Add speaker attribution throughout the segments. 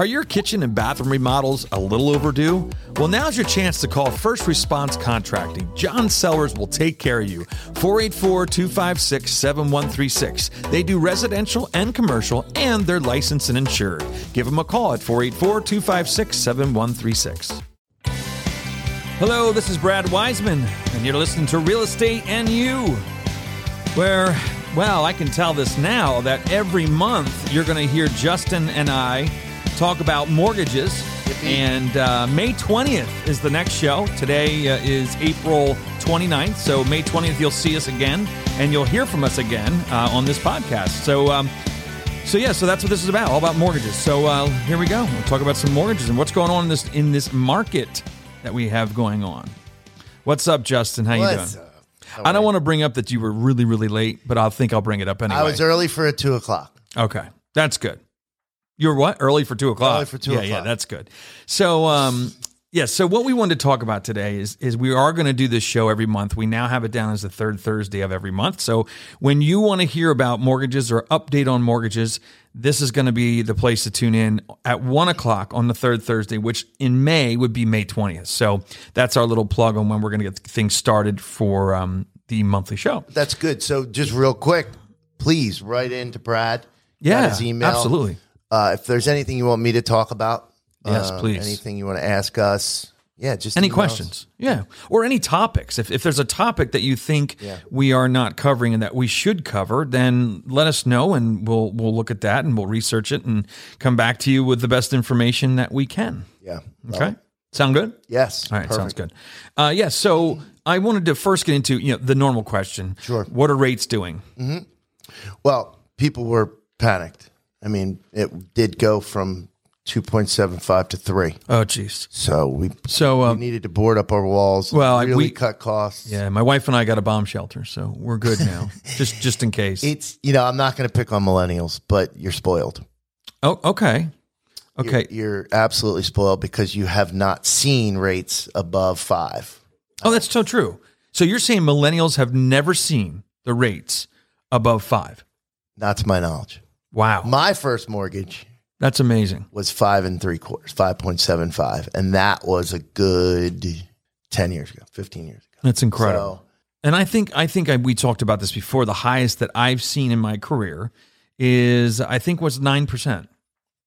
Speaker 1: Are your kitchen and bathroom remodels a little overdue? Well, now's your chance to call First Response Contracting. John Sellers will take care of you. 484 256 7136. They do residential and commercial, and they're licensed and insured. Give them a call at 484 256 7136. Hello, this is Brad Wiseman, and you're listening to Real Estate and You, where, well, I can tell this now that every month you're going to hear Justin and I talk about mortgages. And uh, May 20th is the next show. Today uh, is April 29th, so May 20th you'll see us again, and you'll hear from us again uh, on this podcast. So, um, so yeah, so that's what this is about, all about mortgages. So uh, here we go. We'll talk about some mortgages and what's going on in this in this market that we have going on. What's up, Justin? How you
Speaker 2: What's
Speaker 1: doing?
Speaker 2: up?
Speaker 1: I don't want to bring up that you were really, really late, but I think I'll bring it up anyway.
Speaker 2: I was early for a two o'clock.
Speaker 1: Okay, that's good. You're what early for two o'clock?
Speaker 2: Early for two
Speaker 1: yeah,
Speaker 2: o'clock.
Speaker 1: Yeah, that's good. So, um, yeah. So what we wanted to talk about today is is we are going to do this show every month. We now have it down as the third Thursday of every month. So when you want to hear about mortgages or update on mortgages, this is going to be the place to tune in at one o'clock on the third Thursday, which in May would be May twentieth. So that's our little plug on when we're going to get things started for um, the monthly show.
Speaker 2: That's good. So just real quick, please write in to Brad.
Speaker 1: Yeah,
Speaker 2: Got his email.
Speaker 1: absolutely.
Speaker 2: Uh, if there's anything you want me to talk about,
Speaker 1: Yes,
Speaker 2: uh,
Speaker 1: please.
Speaker 2: Anything you want to ask us? Yeah, just
Speaker 1: any
Speaker 2: email us.
Speaker 1: questions yeah or any topics if, if there's a topic that you think
Speaker 2: Yeah.
Speaker 1: we are not covering and that we should cover then let us know and we'll we'll look at that and we'll research it and come back to you with the best information that we can
Speaker 2: Yeah. Well,
Speaker 1: okay sound good
Speaker 2: Yes.
Speaker 1: all right sounds good uh, yeah so i wanted to first get into you know the normal question
Speaker 2: Sure.
Speaker 1: what are rates doing
Speaker 2: Well, people were panicked. I mean, it did go from two point seven five to three.
Speaker 1: oh jeez
Speaker 2: So we
Speaker 1: so uh,
Speaker 2: needed to board up our walls.
Speaker 1: Well, I-
Speaker 2: really
Speaker 1: we-
Speaker 2: cut costs.
Speaker 1: yeah my wife and i got a bomb shelter so we're good now just just in case
Speaker 2: It's you know I'm not going to pick on millennials, but you're spoiled.
Speaker 1: oh okay okay
Speaker 2: you're absolutely spoiled because you have not seen rates above five.
Speaker 1: Oh, that's so true. So you're saying millennials have never seen the rates above five.
Speaker 2: Not to my knowledge.
Speaker 1: Wow.
Speaker 2: My first mortgage
Speaker 1: That's amazing.
Speaker 2: was five and three quarters, 5.75. And that was a good 10 years ago, 15 years ago.
Speaker 1: That's incredible. and I think I think I, we talked about this before. The highest that I've seen in my career is I think was nine percent.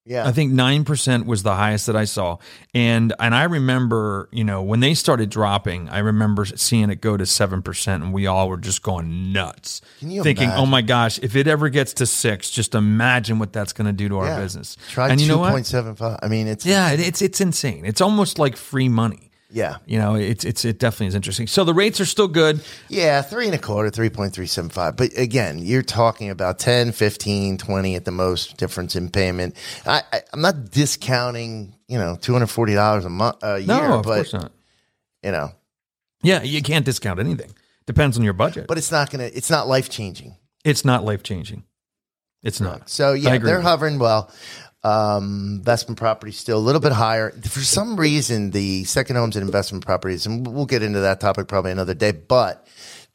Speaker 2: yeah.
Speaker 1: I think nine percent was the highest that I saw, and and I remember you know when they started dropping, I remember seeing it go to seven percent, and we all were just going nuts,
Speaker 2: Can you
Speaker 1: thinking,
Speaker 2: imagine?
Speaker 1: oh my gosh, if it ever gets to six, just imagine what that's going to do to our
Speaker 2: Yeah.
Speaker 1: business.
Speaker 2: Try
Speaker 1: and you know what?
Speaker 2: 2.75. I mean, it's, yeah.
Speaker 1: Yeah, it, it's it's insane. It's almost like free money.
Speaker 2: yeah.
Speaker 1: You know, it's it's it definitely is interesting. So the rates are still good.
Speaker 2: three and a quarter, 3.375. But again, you're talking about 10, 15, 20 at the most difference in payment. I, I, I'm not discounting, you know, $240 a month, a year,
Speaker 1: No, of
Speaker 2: but,
Speaker 1: course not.
Speaker 2: you know,
Speaker 1: Yeah, you can't discount anything. Depends on your budget.
Speaker 2: but it's not going to, it's not life changing.
Speaker 1: it's not life changing. It's not.
Speaker 2: So yeah,
Speaker 1: agree
Speaker 2: they're
Speaker 1: with you.
Speaker 2: hovering well. Um, investment property still a little bit higher. For some reason, the second homes and investment properties, and we'll get into that topic probably another day, but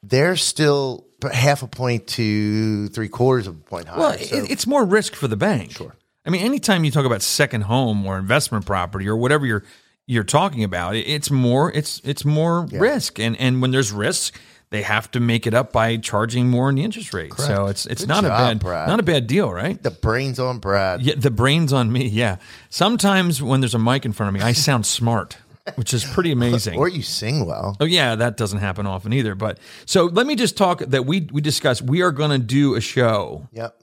Speaker 2: they're still half a point to three quarters of a point higher.
Speaker 1: Well,
Speaker 2: so
Speaker 1: it, it's more risk for the bank. Sure. I mean, anytime you talk about second home or investment property or whatever you're you're talking about, it, it's more it's it's more risk. And and when there's risk, they have to make it up by charging more in the interest rate. So it's it's
Speaker 2: Good
Speaker 1: not a
Speaker 2: job,
Speaker 1: bad
Speaker 2: Brad.
Speaker 1: not a bad deal, right?
Speaker 2: the brains on Brad.
Speaker 1: Yeah, the brain's on me. Yeah. Sometimes when there's a mic in front of me, I sound smart, which is pretty amazing.
Speaker 2: Or you sing well.
Speaker 1: Oh yeah, that doesn't happen often either. But so let me just talk that we we discussed. We are going to do a show,
Speaker 2: Yep.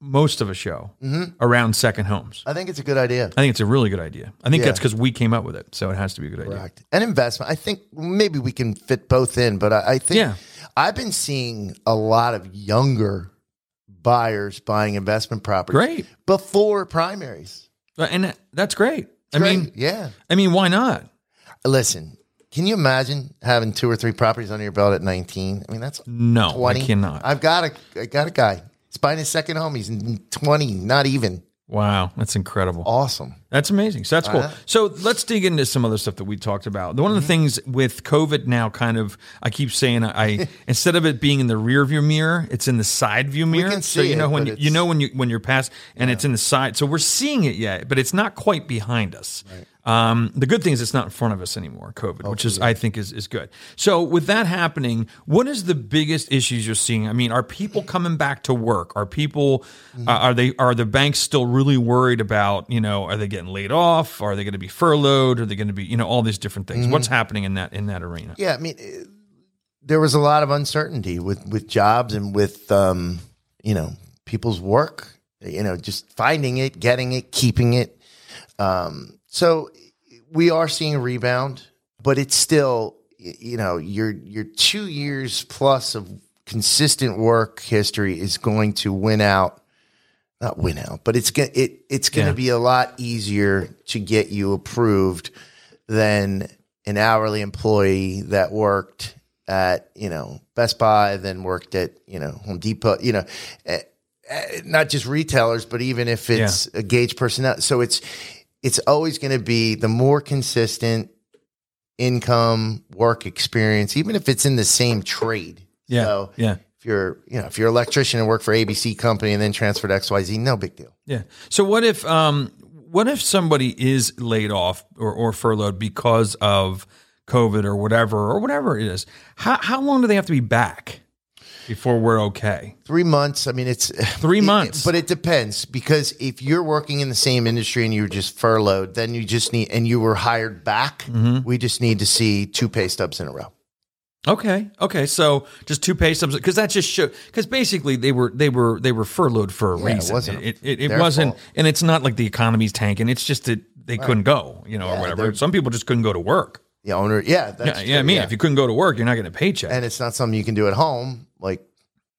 Speaker 1: most of a show
Speaker 2: Mm-hmm.
Speaker 1: around second homes.
Speaker 2: I think it's a good idea.
Speaker 1: I think it's a really good idea. I think
Speaker 2: Yeah.
Speaker 1: that's because we came up with it, so it has to be a good idea.
Speaker 2: Correct. And investment. I think maybe we can fit both in, but I, I think
Speaker 1: Yeah.
Speaker 2: I've been seeing a lot of younger buyers buying investment property.
Speaker 1: Great,
Speaker 2: before primaries.
Speaker 1: Uh, and that- that's great. I
Speaker 2: Right?
Speaker 1: mean,
Speaker 2: yeah.
Speaker 1: I mean, why not?
Speaker 2: Listen, can you imagine having two or three properties under your belt at 19? I mean, that's
Speaker 1: No,
Speaker 2: 20.
Speaker 1: I cannot.
Speaker 2: I've got a, I got a guy. He's buying his second home. He's in 20, not even.
Speaker 1: Wow, that's incredible.
Speaker 2: Awesome.
Speaker 1: That's amazing. So that's cool. So let's dig into some other stuff that we talked about. One of
Speaker 2: Mm-hmm.
Speaker 1: the things with COVID now, kind of, I keep saying, I, I instead of it being in the rear view mirror, it's in the side view mirror.
Speaker 2: can
Speaker 1: so
Speaker 2: see
Speaker 1: you know
Speaker 2: it,
Speaker 1: when
Speaker 2: but
Speaker 1: you, you
Speaker 2: it's-
Speaker 1: know when you when you're past, and it's in the side. So we're seeing it yet, but it's not quite behind us. Um, the good thing is it's not in front of us anymore. COVID, which is I think is is good. So with that happening, what is the biggest issues you're seeing? I mean, are people coming back to work? Are people uh, are they are the banks still really worried about you know are they getting laid off? Are they going to be furloughed? Are they going to be you know all these different things? What's happening in that in that arena?
Speaker 2: Yeah, I mean, eh, there was a lot of uncertainty with with jobs and with um, you know people's work. You know, just finding it, getting it, keeping it. Um, so we are seeing a rebound, but it's still y- you know your your two years plus of consistent work history is going to win out. Not win out, but it's gonna it it's gonna
Speaker 1: Yeah.
Speaker 2: be a lot easier to get you approved than an hourly employee that worked at you know Best Buy, then worked at you know Home Depot, you know, eh, eh, not just retailers, but even if it's a gauge personnel. So it's it's always going to be the more consistent income, work experience, even if it's in the same trade.
Speaker 1: Yeah,
Speaker 2: So
Speaker 1: yeah.
Speaker 2: if you're you know if you're an electrician and work for ABC company and then transferred to XYZ, no big deal.
Speaker 1: Yeah. So what if um what if somebody is laid off or, or furloughed because of COVID or whatever or whatever it is? How how long do they have to be back before we're okay?
Speaker 2: Three months. I mean, it's
Speaker 1: Three months.
Speaker 2: but it depends because if you're working in the same industry and you were just furloughed, then you just need and you were hired back.
Speaker 1: Mm-hmm.
Speaker 2: We just need to see two pay stubs in a row.
Speaker 1: Okay. Okay. So just two pay stubs because that just show because basically they were they were they were furloughed for a
Speaker 2: it
Speaker 1: reason.
Speaker 2: wasn't
Speaker 1: it it, it
Speaker 2: their
Speaker 1: wasn't
Speaker 2: fault.
Speaker 1: and it's not like the economy's tanking. It's just that they couldn't go, you know, or whatever. Some people just couldn't go to work.
Speaker 2: The owner, yeah, that's
Speaker 1: Yeah, yeah, I mean, if you couldn't go to work, you're not getting a paycheck.
Speaker 2: and it's not something you can do at home, like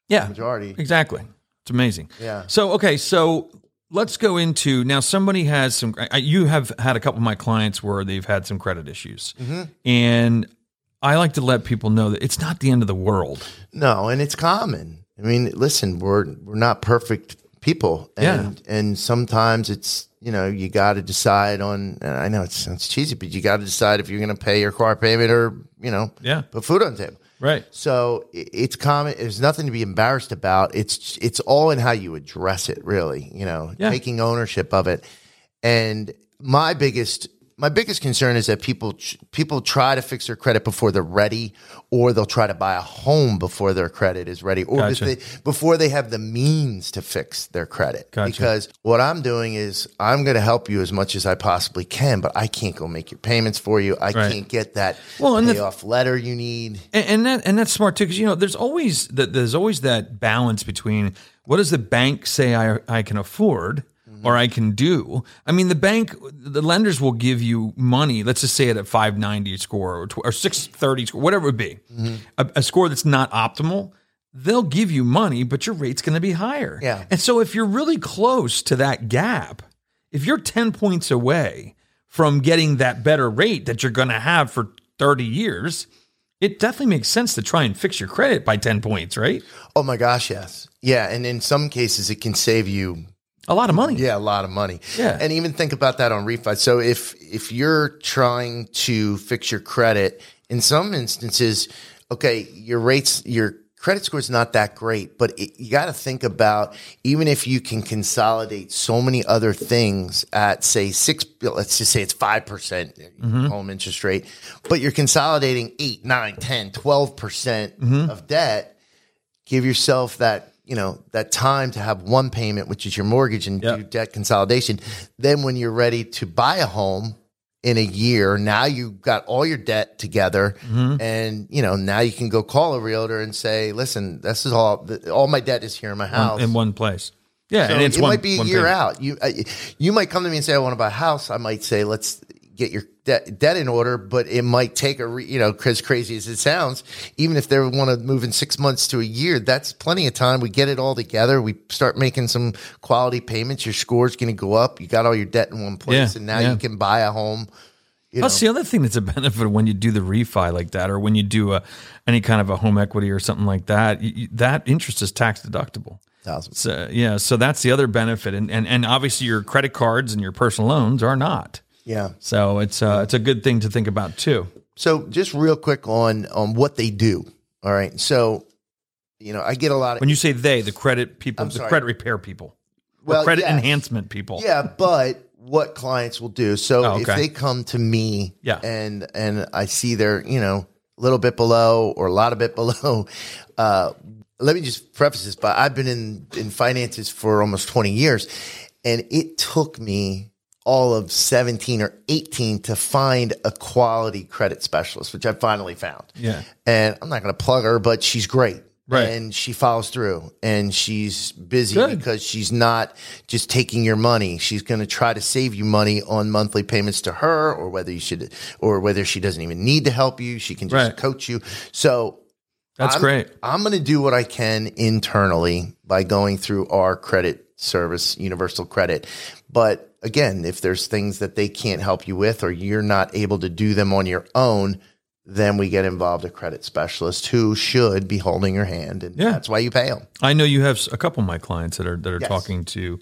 Speaker 1: yeah.
Speaker 2: majority.
Speaker 1: Exactly. It's amazing.
Speaker 2: Yeah.
Speaker 1: So okay, so let's go into now. Somebody has some. I, you have had a couple of my clients where they've had some credit issues, and I like to let people know that it's not the end of the world.
Speaker 2: No, and it's common. I mean, listen, we're we're not perfect people, and and sometimes it's you know you got to decide on. And I know it sounds cheesy, but you got to decide if you're going to pay your car payment or you know
Speaker 1: Yeah.
Speaker 2: put food on the table.
Speaker 1: Right.
Speaker 2: So i- it's common. There's nothing to be embarrassed about. It's it's all in how you address it, really. You know,
Speaker 1: Yeah.
Speaker 2: taking ownership of it. And my biggest my biggest concern is that people tr- people try to fix their credit before they're ready, or they'll try to buy a home before their credit is ready, or
Speaker 1: Gotcha.
Speaker 2: if they, before they have the means to fix their credit.
Speaker 1: Gotcha.
Speaker 2: Because what I'm doing is I'm going to help you as much as I possibly can, but I can't go make your payments for you. I
Speaker 1: Right.
Speaker 2: can't get that
Speaker 1: Well, and the-
Speaker 2: payoff letter you need.
Speaker 1: And, and that and that's smart too, because you know there's always that there's always that balance between what does the bank say I I can afford or I can do. I mean, the bank, the lenders will give you money. Let's just say it at five ninety score or, tw- or six thirty score, whatever it would be, a, a score that's not optimal. They'll give you money, but your rate's going to be higher.
Speaker 2: Yeah.
Speaker 1: And so if you're really close to that gap, if you're 10 points away from getting that better rate that you're going to have for 30 years, it definitely makes sense to try and fix your credit by 10 points, right?
Speaker 2: Oh my gosh, yes. Yeah, and in some cases it can save you
Speaker 1: A lot of money.
Speaker 2: yeah, a lot of money.
Speaker 1: Yeah.
Speaker 2: And even think about that on refi. So if if you're trying to fix your credit, in some instances, okay, your rates your credit score is not that great, but it, you got to think about even if you can consolidate so many other things at say 6 let's just say it's 5% percent home interest rate, but you're consolidating 8, 9, 10, 12% percent of debt give yourself that you know that time to have one payment which is your mortgage and
Speaker 1: Yeah.
Speaker 2: do debt consolidation then when you're ready to buy a home in a year now you've got all your debt together and you know now you can go call a realtor and say listen this is all th- all my debt is here in my house
Speaker 1: In one place. Yeah.
Speaker 2: So
Speaker 1: and it's
Speaker 2: it
Speaker 1: one,
Speaker 2: might be a
Speaker 1: one
Speaker 2: year
Speaker 1: payment.
Speaker 2: out you I, you might come to me and say i want to buy a house i might say let's get your debt, debt in order but it might take a re, you know as crazy as it sounds even if they want to move in six months to a year that's plenty of time we get it all together we start making some quality payments your score's going to go up you got all your debt in one place
Speaker 1: Yeah,
Speaker 2: and now
Speaker 1: yeah.
Speaker 2: you can buy a home you
Speaker 1: Plus, the other thing that's a benefit when you do the refi like that, uh, or when you do a, any kind of a home equity or something like that, you, you- that interest is tax deductible.
Speaker 2: Thousand.
Speaker 1: So yeah, so that's the other benefit, and and and obviously your credit cards and your personal loans are not.
Speaker 2: Yeah.
Speaker 1: So it's uh, it's a good thing to think about too.
Speaker 2: So just real quick on on what they do. All right. So, you know, I get a lot of
Speaker 1: When you say they, the credit people,
Speaker 2: I'm
Speaker 1: the
Speaker 2: sorry.
Speaker 1: credit repair people, or
Speaker 2: Well,
Speaker 1: credit
Speaker 2: yeah.
Speaker 1: enhancement people.
Speaker 2: Yeah, but what clients will do. So
Speaker 1: Oh, okay.
Speaker 2: if they come to me
Speaker 1: Yeah.
Speaker 2: and and I see they're, you know, a little bit below or a lot of bit below, uh, let me just preface this, but I've been in, in finances for almost 20 years and it took me all of 17 or 18 to find a quality credit specialist, which I finally found.
Speaker 1: Yeah.
Speaker 2: And I'm not going to plug her, but she's great.
Speaker 1: Right.
Speaker 2: And she follows through and she's busy
Speaker 1: Good.
Speaker 2: because she's not just taking your money. She's going to try to save you money on monthly payments to her or whether you should, or whether she doesn't even need to help you. She can just
Speaker 1: Right.
Speaker 2: coach you. So
Speaker 1: That's
Speaker 2: I'm-
Speaker 1: great.
Speaker 2: I'm going to do what I can internally by going through our credit service, Universal Credit. But again, if there's things that they can't help you with or you're not able to do them on your own, then we get involved a credit specialist who should be holding your hand. And
Speaker 1: Yeah.
Speaker 2: that's why you pay them.
Speaker 1: I know you have s- a couple of my clients that are that are
Speaker 2: Yes.
Speaker 1: talking to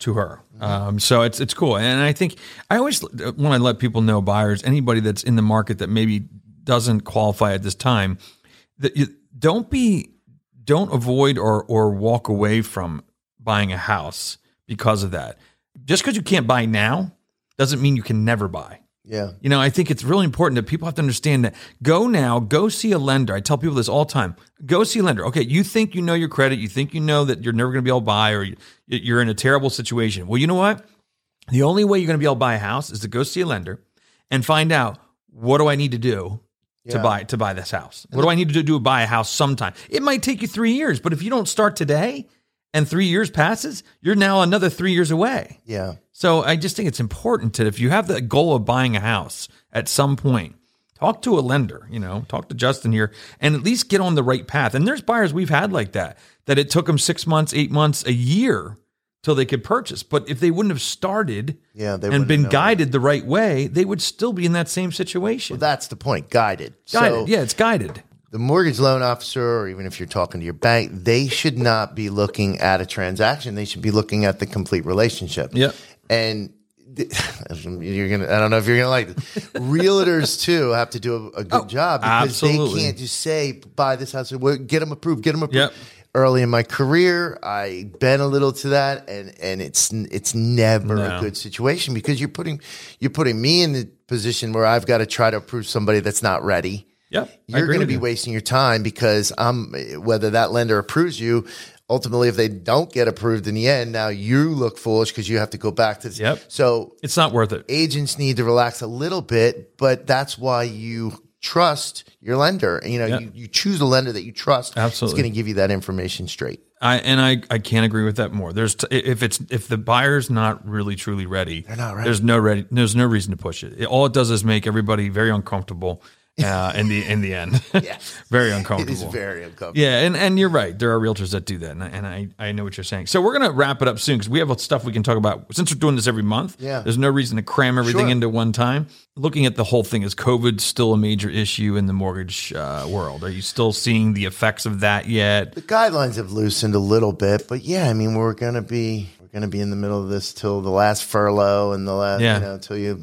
Speaker 1: to her. Um, so it's it's cool, and I think I always l- when I let people know buyers, anybody that's in the market that maybe doesn't qualify at this time, that you don't be don't avoid or or walk away from buying a house because of that. Just because you can't buy now doesn't mean you can never buy.
Speaker 2: Yeah.
Speaker 1: You know, I think it's really important that people have to understand that go now, go see a lender. I tell people this all the time. Go see a lender. Okay, you think you know your credit, you think you know that you're never going to be able to buy or you- you're in a terrible situation. Well, you know what? The only way you're going to be able to buy a house is to go see a lender and find out what do I need to do to
Speaker 2: Yeah.
Speaker 1: buy to buy this house? What do I need to do to buy a house sometime? It might take you 3 years, but if you don't start today and 3 years passes, you're now another 3 years away.
Speaker 2: Yeah.
Speaker 1: So I just think it's important that if you have the goal of buying a house at some point, talk to a lender, you know, talk to Justin here and at least get on the right path. And there's buyers we've had like that, that it took them six months, eight months, a year till they could purchase. But if they wouldn't have started
Speaker 2: Yeah, they
Speaker 1: and
Speaker 2: wouldn't
Speaker 1: been
Speaker 2: know.
Speaker 1: guided the right way, they would still be in that same situation.
Speaker 2: That's the point. Guided.
Speaker 1: guided.
Speaker 2: So
Speaker 1: yeah, it's guided.
Speaker 2: the mortgage loan officer, or even if you're talking to your bank, they should not be looking at a transaction. They should be looking at the complete relationship.
Speaker 1: Yep.
Speaker 2: and th- you're gonna. I don't know if you're gonna like this. realtors too have to do a, a good job because
Speaker 1: Oh, absolutely.
Speaker 2: they can't just say buy this house. Well, Get them approved. Get them approved.
Speaker 1: Yep.
Speaker 2: Early in my career, I bent a little to that, and and it's n- it's never
Speaker 1: No.
Speaker 2: a good situation because you're putting you're putting me in the position where I've got to try to approve somebody that's not ready
Speaker 1: Yep. I
Speaker 2: you're
Speaker 1: agree
Speaker 2: going to
Speaker 1: with
Speaker 2: be
Speaker 1: you.
Speaker 2: wasting your time because um, whether that lender approves you, ultimately, if they don't get approved in the end, now you look foolish because you have to go back to.
Speaker 1: Yep.
Speaker 2: So
Speaker 1: It's not worth it.
Speaker 2: agents need to relax a little bit, but that's why you trust your lender. You know, you, you choose a lender that you trust.
Speaker 1: Absolutely.
Speaker 2: It's going to give you that information straight.
Speaker 1: I, and I, I can't agree with that more. There's t- if it's if the buyer's not really truly ready, they're
Speaker 2: not ready.
Speaker 1: There's no ready. There's no reason to push it. It- All it does is make everybody very uncomfortable. Uh, in the in the end,
Speaker 2: Yeah.
Speaker 1: very
Speaker 2: It
Speaker 1: uncomfortable.
Speaker 2: is very uncomfortable.
Speaker 1: Yeah, and, and you're right. There are realtors that do that, and I, and I, I know what you're saying. So we're gonna wrap it up soon because we have stuff we can talk about. Since we're doing this every month,
Speaker 2: Yeah.
Speaker 1: there's no reason to cram everything
Speaker 2: Sure.
Speaker 1: into one time. Looking at the whole thing, is COVID still a major issue in the mortgage uh, world? Are you still seeing the effects of that yet?
Speaker 2: The guidelines have loosened a little bit, but yeah, I mean, we're gonna be we're gonna be in the middle of this till the last furlough and the last,
Speaker 1: Yeah.
Speaker 2: you know, till you.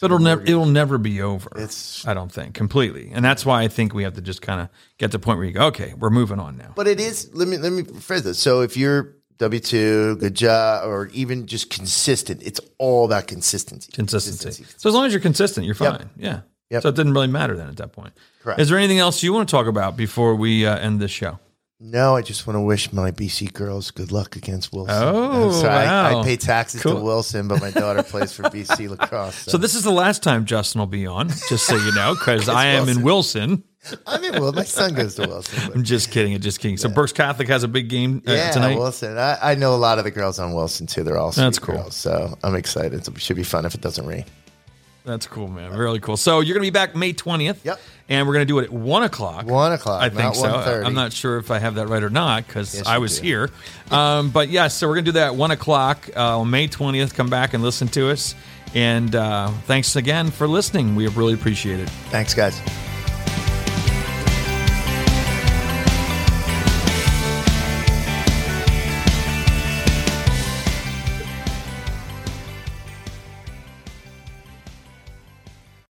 Speaker 1: So it'll never it'll never be over.
Speaker 2: It's
Speaker 1: I don't think completely, and that's why I think we have to just kind of get to the point where you go, okay, we're moving on now.
Speaker 2: But it is. Let me let me phrase this. So if you're W two, good job, or even just consistent, it's all about consistency.
Speaker 1: Consistency. So as long as you're consistent, you're fine. Yeah.
Speaker 2: Yep.
Speaker 1: So it didn't really matter then at that point.
Speaker 2: Correct.
Speaker 1: Is there anything else you want to talk about before we uh, end this show?
Speaker 2: No, I just want to wish my BC girls good luck against Wilson.
Speaker 1: Oh,
Speaker 2: I'm sorry, I,
Speaker 1: wow.
Speaker 2: I pay taxes
Speaker 1: Cool.
Speaker 2: to Wilson, but my daughter plays for BC lacrosse. So,
Speaker 1: So this is the last time Justin will be on, just so you know, because I am in Wilson.
Speaker 2: I mean, well, my son goes to Wilson.
Speaker 1: I'm
Speaker 2: but-
Speaker 1: just kidding. I'm just kidding. So Berks Catholic has a big game uh,
Speaker 2: yeah,
Speaker 1: tonight.
Speaker 2: Wilson. I, I know a lot of the girls on Wilson too. They're all sweet
Speaker 1: That's cool.
Speaker 2: girls, so I'm excited. It should be fun if it doesn't rain.
Speaker 1: That's cool, man. Really cool. So you're gonna be back May 20th.
Speaker 2: Yep.
Speaker 1: And we're gonna do it at one o'clock.
Speaker 2: One o'clock,
Speaker 1: I think
Speaker 2: not
Speaker 1: so.
Speaker 2: 1:30.
Speaker 1: I'm not sure if I have that right or not because
Speaker 2: Yes,
Speaker 1: I
Speaker 2: you
Speaker 1: was
Speaker 2: do.
Speaker 1: here. Um, but yeah, so we're gonna do that at one o'clock uh, on May 20th. Come back and listen to us. And uh, thanks again for listening. We really appreciate it.
Speaker 2: Thanks, guys.